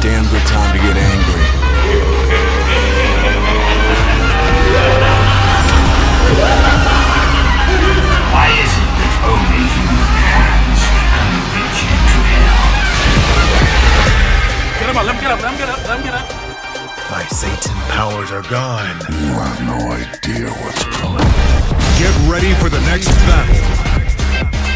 damn good time to get angry. Why is it that only human hands can reach into hell? Get him up, let him get up, let him get up, let him get up. My Satan powers are gone. You have no idea what's coming. Get ready for the next battle.